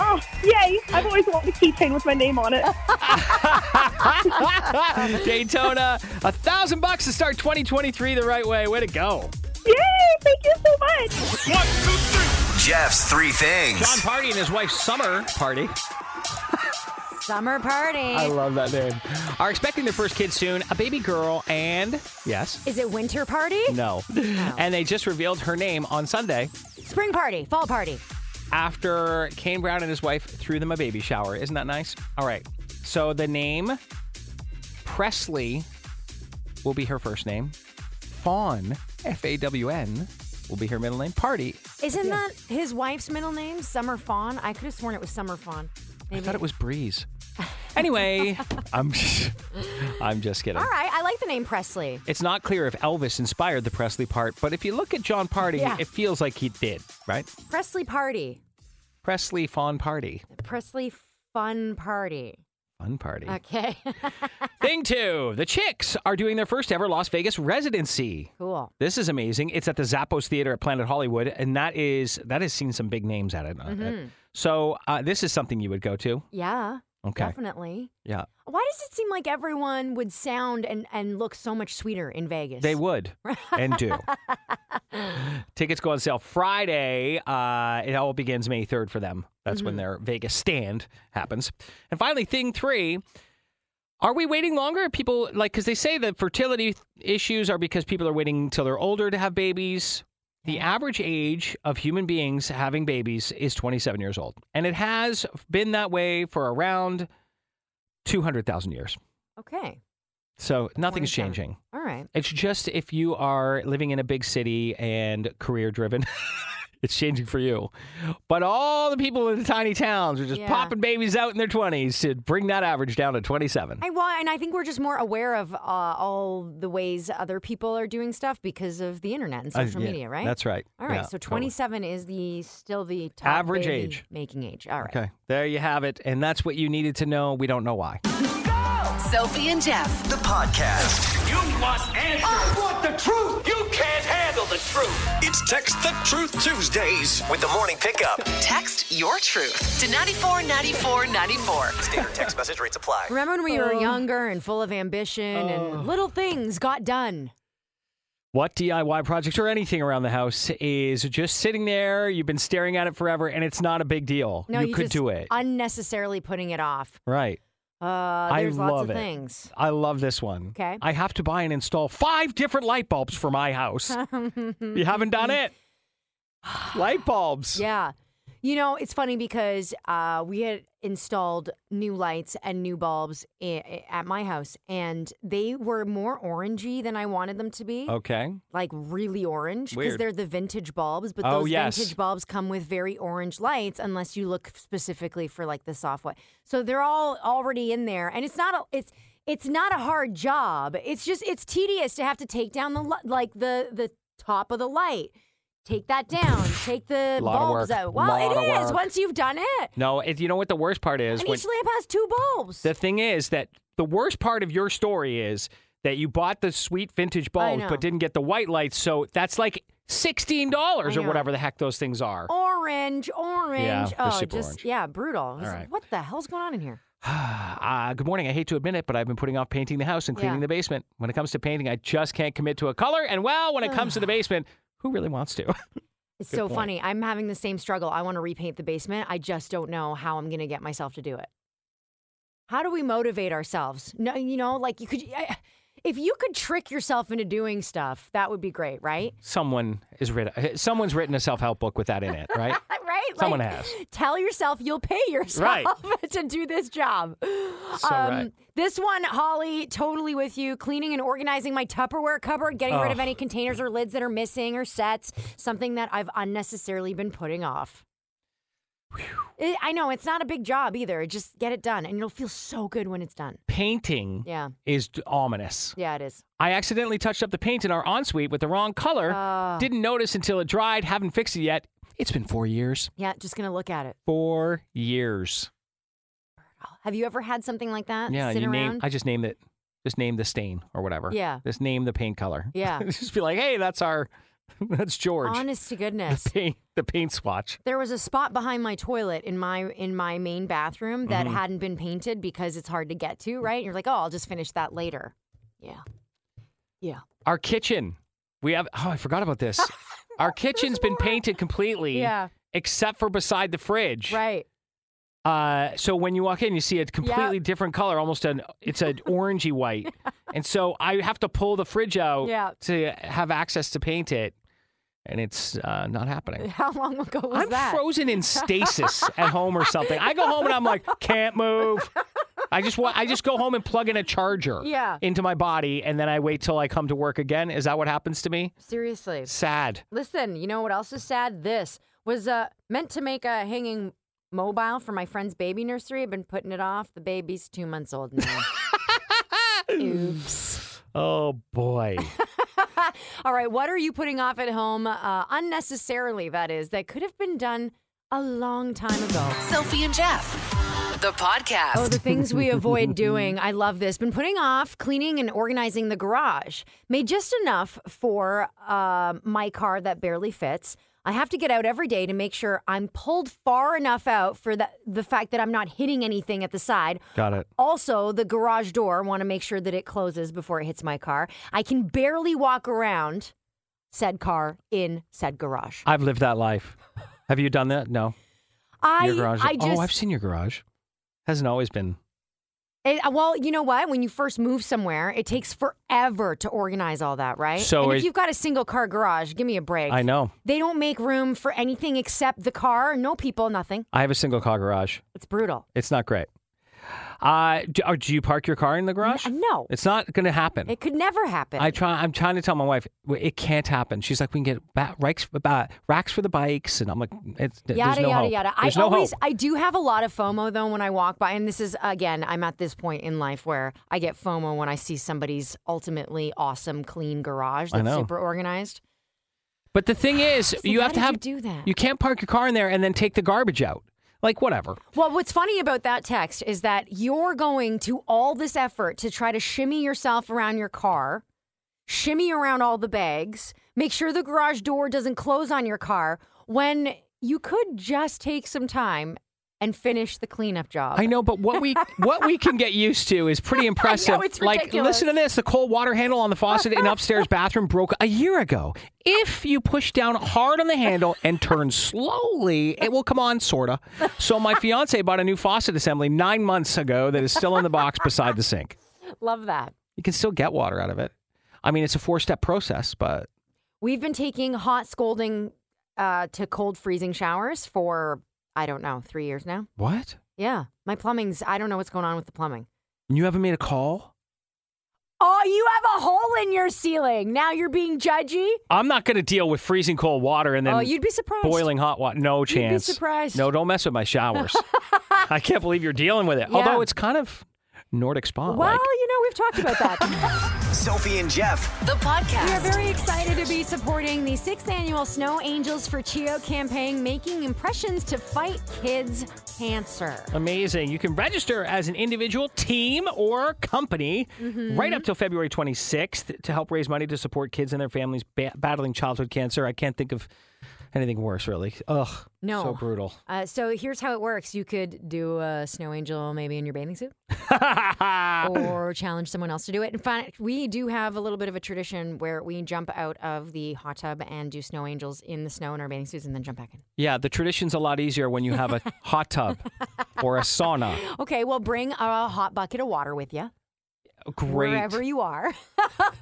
Oh, yay. I've always wanted a keychain with my name on it. Daytona, a thousand bucks to start 2023 the right way. Way to go. Yay! Thank you so much. Jeff's three things. John Party and his wife Summer Party. Summer party. love that name. Are expecting their first kid soon, a baby girl, and yes, Is it winter party? no, and they just revealed her name on Sunday Spring party, fall party. after Kane Brown and his wife threw them a baby shower. Isn't that nice? All right. So the name Presley will be her first name. Fawn, F A W N, will be her middle name. Party. Isn't that his wife's middle name, Summer Fawn? I could have sworn it was Summer Fawn. I thought it was Breeze. Anyway, I'm I'm just kidding. All right, I like the name Presley. It's not clear if Elvis inspired the Presley part, but if you look at John Party, Yeah. it feels like he did, right? Presley Party. Presley Fawn Party. Presley Fun Party. Fun party. Okay. Thing two the Chicks are doing their first ever Las Vegas residency. cool. This is amazing. It's at the Zappos Theater at Planet Hollywood, and that is that has seen some big names at it. Mm-hmm. So uh, this is something you would go to. Yeah. Okay. Definitely. Yeah, Why does it seem like everyone would sound and, and look so much sweeter in Vegas? they would and do. Tickets go on sale Friday. Uh, it all begins May third for them. That's when their Vegas stand happens. And finally, thing three. Are we waiting longer? People like because they say that fertility issues are because people are waiting until they're older to have babies. The average age of human beings having babies is 27 years old, and it has been that way for around 200,000 years. Okay. So nothing's 27. changing. All right. It's just if you are living in a big city and career driven, It's changing for you. But all the people in the tiny towns are just Yeah. popping babies out in their 20s to bring that average down to 27. I well, and I think we're just more aware of uh, all the ways other people are doing stuff because of the internet and Uh, social yeah, media, right? that's right. All right, Yeah, so totally. 27 is the still the top Average baby age. making age. All right. Okay, there you have it. And that's what you needed to know. We don't know why. Sophie and Jeff. The podcast. You must answer. I want the truth. You can't handle the truth. It's Text the Truth Tuesdays with the morning pickup. Text your truth to 949494. Standard text message rates apply. Remember when we were Oh. younger and full of ambition and little things got done? What DIY projects or anything around the house is just sitting there. You've been staring at it forever, and it's not a big deal. No, you, you, could just do it. Unnecessarily putting it off. right. Uh, I there's lots love of it. things. I love this one. Okay. I have to buy and install five different light bulbs for my house. you haven't done it. Light bulbs. Yeah. You know, it's funny because uh, we had installed new lights and new bulbs I- I- at my house, and they were more orangey than I wanted them to be. Okay. Like really orange because Weird. they're the vintage bulbs, but Oh, those yes. vintage bulbs come with very orange lights unless you look specifically for like the soft white. So they're all already in there, and it's not a it's it's not a hard job. It's just it's tedious to have to take down the li- like the the top of the light. Take that down. take the Lot of bulbs work. out. Well, Lot it of is work. once you've done it. No, it, you know what the worst part is? And When- each lamp has two bulbs. the thing is that the worst part of your story is that you bought the sweet vintage bulbs know. but didn't get the white lights. So that's like $16 or know. Oh. whatever the heck those things are. orange, orange. Yeah, they're oh, super just orange. yeah, brutal. I was All like, right. What the hell's going on in here? Uh, good morning. I hate to admit it, but I've been putting off painting the house and cleaning Yeah. the basement. When it comes to painting, I just can't commit to a color. And well, when it comes to the basement, who really wants to? It's so funny. I'm having the same struggle. I want to repaint the basement. I just don't know how I'm going to get myself to do it. How do we motivate ourselves? No, you know, like you could I, if you could trick yourself into doing stuff, that would be great, right? Someone is written. Someone's written a self-help book with that in it, right? Right? Someone like, has. Tell yourself you'll pay yourself to do this job. So right. Um, This one, Holly, totally with you. Cleaning and organizing my Tupperware cupboard, getting rid of Ugh. any containers or lids that are missing or sets, something that I've unnecessarily been putting off. It- I know it's not a big job either. Just get it done, and it'll feel so good when it's done. Painting Yeah, is d- ominous. yeah, it is. I accidentally touched up the paint in our ensuite with the wrong color. Ah. Didn't notice until it dried. Haven't fixed it yet. It's been four years. Yeah, just gonna look at it. Four years. Have you ever had something like that? Yeah, sit you around. name. I just named it. Just name the stain or whatever. Yeah. Just name the paint color. Yeah. just be like, hey, that's our, that's George. Honest to goodness. paint, the paint swatch. there was a spot behind my toilet in my in my main bathroom that hadn't been painted because it's hard to get to, right? You're like, oh, I'll just finish that later. Yeah, yeah, Our kitchen. We have. Oh, I forgot about this. Our kitchen's been painted completely. Yeah. Except for beside the fridge. right. Uh, so when you walk in, you see a completely different color, almost an it's an orangey white, and so I have to pull the fridge out Yeah. to have access to paint it, and it's uh, not happening. How long ago was I'm that? frozen in stasis at home or something. I go home and I'm like, can't move. I just want, I just go home and plug in a charger Yeah. into my body, and then I wait till I come to work again. Is that what happens to me? Seriously, Sad. listen. You know what else is sad? This was uh, meant to make a hanging mobile for my friend's baby nursery. I've been putting it off. The baby's two months old now. Oops. Oh boy. All right, what are you putting off at home uh, unnecessarily? That is that could have been done a long time ago. Sophie and Jeff. The podcast. Oh, the things we avoid doing. I love this. Been putting off cleaning and organizing the garage. Made just enough for uh, my car that barely fits. I have to get out every day to make sure I'm pulled far enough out for the, the fact that I'm not hitting anything at the side. Got it. Also, the garage door, want to make sure that it closes before it hits my car. I can barely walk around said car in said garage. I've lived that life. Have you done that? No. I, your garage. I just, oh, I've seen your garage. Hasn't always been. It, uh, well, you know what? When you first move somewhere, it takes forever to organize all that, right? So and if it- you've got a single car garage, give me a break. I know. They don't make room for anything except the car. No people, nothing. I have a single car garage. It's brutal. It's not great. Uh, do, or do you park your car in the garage? no. It's not going to happen. It could never happen. I try. I'm trying to tell my wife "W- it can't happen. She's like, we can get ba- racks, ba- racks for the bikes, and I'm like, it's, th- yada there's no yada hope. yada. There's I no always hope. I do have a lot of FOMO though when I walk by, and this is again I'm at this point in life where I get FOMO when I see somebody's ultimately awesome clean garage I that's know. super organized. But the thing is, So you why have to did you have do that? You can't park your car in there and then take the garbage out. Like whatever. Well, what's funny about that text is that you're going to all this effort to try to shimmy yourself around your car, shimmy around all the bags, make sure the garage door doesn't close on your car when you could just take some time and finish the cleanup job. I know, but what we what we can get used to is pretty impressive. it's like, ridiculous. listen to this: the cold water handle on the faucet in upstairs bathroom broke a year ago. If you push down hard on the handle and turn slowly, it will come on, sorta. So my fiance bought a new faucet assembly nine months ago that is still in the box beside the sink. Love that. You can still get water out of it. I mean, it's a four step process, but We've been taking hot scolding uh, to cold freezing showers for, I don't know, three years now. what? Yeah. My plumbing's, I don't know what's going on with the plumbing. You haven't made a call? Oh, you have a hole in your ceiling. Now you're being judgy? I'm not going to deal with freezing cold water and then oh, you'd be surprised. boiling hot water. No be chance. surprised. No, don't mess with my showers. I can't believe you're dealing with it. Yeah. Although it's kind of Nordic spa. Well, like. you know, we've talked about that. Sophie and Jeff. The we are podcast. very excited to be supporting the sixth annual Snow Angels for Chio campaign, making impressions to fight kids' cancer. Amazing. You can register as an individual, team, or company Mm-hmm. right up till February 26th to help raise money to support kids and their families ba- battling childhood cancer. I can't think of anything worse, really. Ugh. No. So brutal. Uh, so here's how it works. You could do a snow angel maybe in your bathing suit. or challenge someone else to do it. In fact, we do have a little bit of a tradition where we jump out of the hot tub and do snow angels in the snow in our bathing suits and then jump back in. Yeah, the tradition's a lot easier when you have a hot tub or a sauna. Okay, well, bring a hot bucket of water with you Great. wherever you are.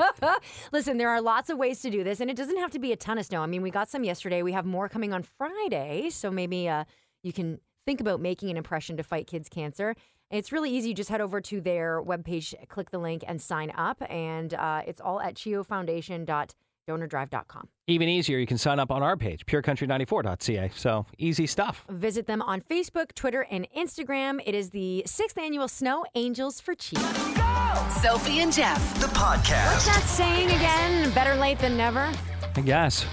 Listen, there are lots of ways to do this, and it doesn't have to be a ton of snow. I mean, we got some yesterday. We have more coming on Friday, so maybe uh, you can think about making an impression to fight kids' cancer. It's really easy. You just head over to their webpage, click the link, and sign up. And uh, it's all at chiofoundation.donordrive.com. Even easier, you can sign up on our page, purecountry94.ca. So easy stuff. Visit them on Facebook, Twitter, and Instagram. It is the sixth annual Snow Angels for Chio. Sophie and Jeff. The podcast. That saying again, better late than never. I guess.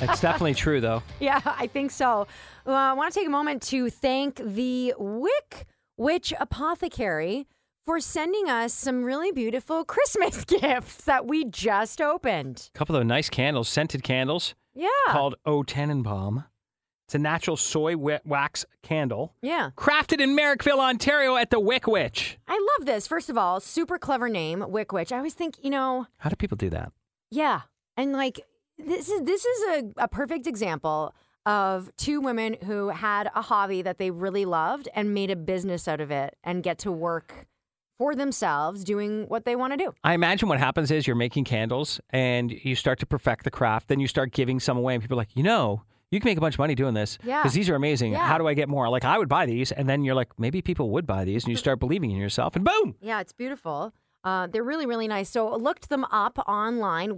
That's definitely true, though. Yeah, I think so. Uh, I want to take a moment to thank the Wick Witch Apothecary for sending us some really beautiful Christmas gifts that we just opened. A couple of nice candles, scented candles Yeah. called O Tannenbaum. It's a natural soy wi- wax candle Yeah. crafted in Merrickville, Ontario at the Wick Witch. I love this. First of all, super clever name, Wick Witch. I always think, you know, How do people do that? Yeah. And like this is this is a, a perfect example of two women who had a hobby that they really loved and made a business out of it and get to work for themselves doing what they want to do. I imagine what happens is you're making candles and you start to perfect the craft. Then you start giving some away, and people are like, you know, you can make a bunch of money doing this Yeah. because these are amazing. Yeah. How do I get more? Like, I would buy these. And then you're like, maybe people would buy these. And you start believing in yourself, and boom. Yeah, it's beautiful. Uh, they're really, really nice. So looked them up online,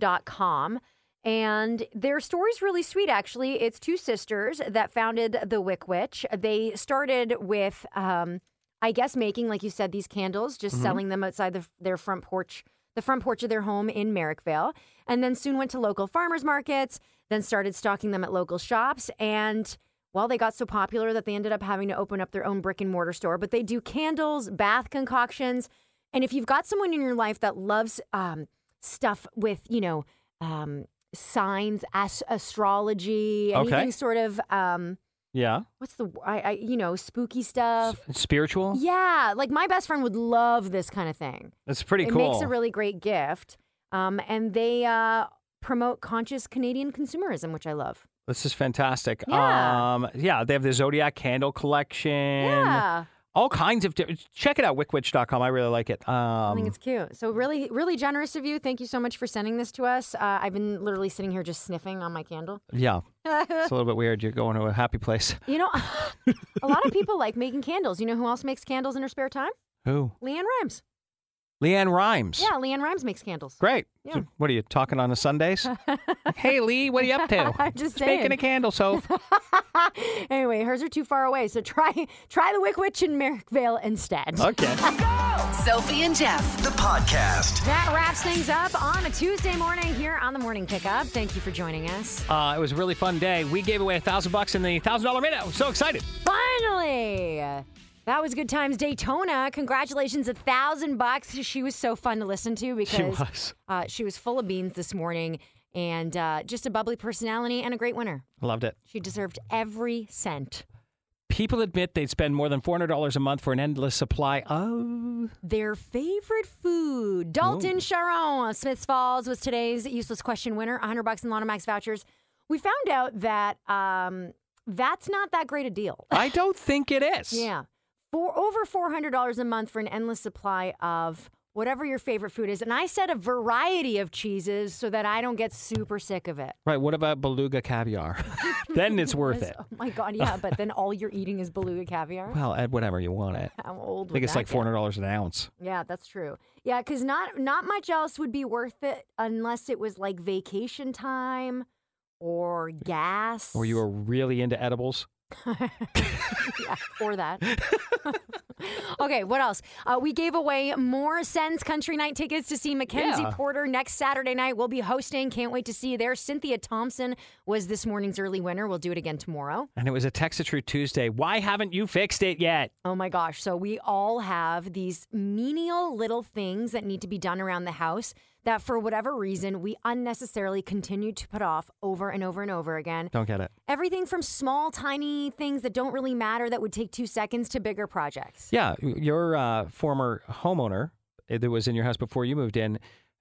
wickwitch.com. And their story's really sweet, actually. It's two sisters that founded the Wick Witch. They started with, um, I guess, making, like you said, these candles, just selling them outside the, their front porch, the front porch of their home in Merrickville. And then soon went to local farmers markets, then started stocking them at local shops. And well, they got so popular that they ended up having to open up their own brick and mortar store. But they do candles, bath concoctions. And if you've got someone in your life that loves um, stuff with, you know, um, signs, as- astrology, Okay. anything sort of, um, Yeah. what's the, I, I, you know, spooky stuff. Spiritual. Yeah, like my best friend would love this kind of thing. That's pretty it cool. makes a really great gift. Um, and they uh, promote conscious Canadian consumerism, which I love. This is fantastic. Yeah. Um, yeah, they have the Zodiac candle collection. Yeah. all kinds of. Di- Check it out, wickwitch.com. I really like it. Um, I think it's cute. So really, really generous of you. Thank you so much for sending this to us. Uh, I've been literally sitting here just sniffing on my candle. yeah, it's a little bit weird. You're going to a happy place. You know, a lot of people like making candles. You know who else makes candles in her spare time? Who? Leanne Rhymes. Leanne Rhymes. Yeah, Leanne Rhymes makes candles. Great. Yeah. So what are you talking on the Sundays? hey, Lee, what are you up to? I'm just saying. making a candle soap. anyway, hers are too far away, so try try the Wick Witch in Merrickvale instead. okay. Sophie and Jeff. The podcast. That wraps things up on a Tuesday morning here on the Morning Pickup. Thank you for joining us. Uh, it was a really fun day. We gave away a thousand bucks in the thousand dollar minute. I'm so excited. Finally, that was good times. Daytona, congratulations, a thousand bucks. She was so fun to listen to because was. Uh, she was full of beans this morning and uh, just a bubbly personality and a great winner. Loved it. She deserved every cent. People admit they'd spend more than four hundred dollars a month for an endless supply of. Their favorite food. Dalton Sharon of Smiths Falls was today's useless question winner. 100 bucks in Lana Max vouchers. We found out that um, that's not that great a deal. I don't think it is. Yeah. For over $400 a month for an endless supply of whatever your favorite food is. And I said a variety of cheeses so that I don't get super sick of it. Right. What about beluga caviar? then it's worth it. Oh my God, yeah. But then all you're eating is beluga caviar. Well, add whatever you want it. I How old would think it's that like get? four hundred dollars an ounce. Yeah, that's true. Yeah, because not not much else would be worth it unless it was like vacation time or gas. Or you were really into edibles. Yeah, or that. okay, what else? Uh, we gave away more Sens Country Night tickets to see Mackenzie Yeah. Porter next Saturday night. We'll be hosting. Can't wait to see you there. Cynthia Thompson was this morning's early winner. We'll do it again tomorrow. And it was a text the truth Tuesday. Why haven't you fixed it yet? Oh my gosh. So we all have these menial little things that need to be done around the house that for whatever reason we unnecessarily continue to put off over and over and over again. Don't get it. Everything from small, tiny things that don't really matter that would take two seconds to bigger projects. Yeah, your uh, former homeowner uh, that was in your house before you moved in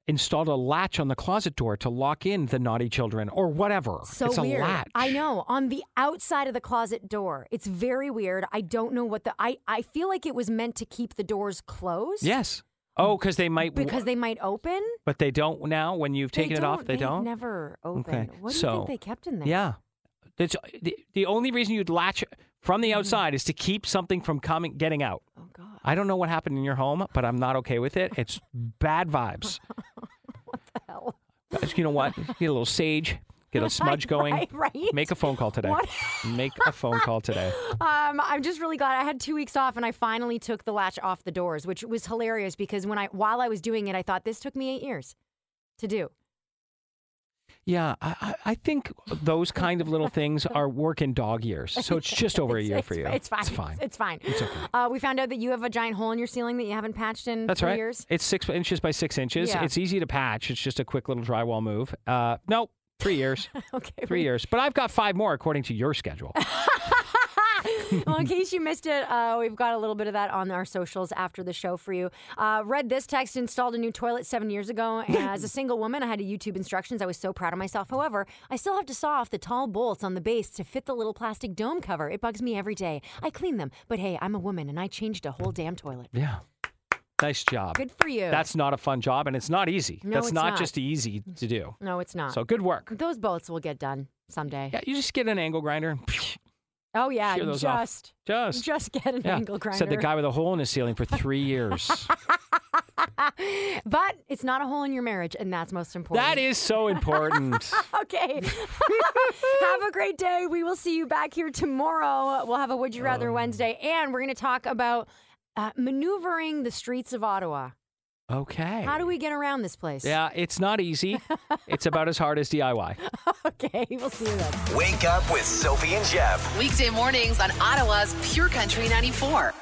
installed a latch on the closet door to lock in the naughty children or whatever. So it's a weird. latch. I know. On the outside of the closet door. It's very weird. I don't know what the I, I feel like it was meant to keep the doors closed. Yes. Oh, because they might. w- Because they might open. but they don't now. When you've They taken it off, they they've don't. Never open. Okay. What do so, you think they kept in there? Yeah. That's, uh, the, the only reason you'd latch from the outside is to keep something from coming getting out. Mm-hmm. Oh God. I don't know what happened in your home, but I'm not okay with it. It's bad vibes. hell? Guys, You know what? Get a little sage, get a smudge going. Right, right. Make a phone call today. What? Make a phone call today. Um, I'm just really glad I had two weeks off and I finally took the latch off the doors, which was hilarious because when I while I was doing it, I thought this took me eight years to do. Yeah, I, I- I think those kind of little things are work in dog years. So it's just over a It's- year it's, for you. It's fine. It's fine. It's fine. okay. Uh, we found out that you have a giant hole in your ceiling that you haven't patched in That's three right. years. It's six inches by six inches. Yeah. It's easy to patch. It's just a quick little drywall move. Uh, nope, three years. Okay. three years. But I've got five more according to your schedule. well, in case you missed it, uh, we've got a little bit of that on our socials after the show for you. Uh, read this text installed a new toilet seven years ago. As a single woman, I had to YouTube instructions. I was so proud of myself. However, I still have to saw off the tall bolts on the base to fit the little plastic dome cover. It bugs me every day. I clean them, but hey, I'm a woman and I changed a whole damn toilet. yeah. Nice job. Good for you. That's not a fun job, and it's not easy. No, That's it's not, not. just easy to do. no, it's not. So good work. Those bolts will get done someday. Yeah, you just get an angle grinder. And Oh yeah, Shear those off. just just. just get an yeah. angle grinder. Said the guy with a hole in his ceiling for three years. But it's not a hole in your marriage, and that's most important. that is so important. Okay. have a great day. We will see you back here tomorrow. We'll have a Would You Rather Wednesday, and we're going to talk about uh, maneuvering the streets of Ottawa. Okay. How do we get around this place? yeah, it's not easy. It's about as hard as DIY. Okay. We'll see you then. Wake up with Sophie and Jeff. Weekday mornings on Ottawa's Pure Country 94.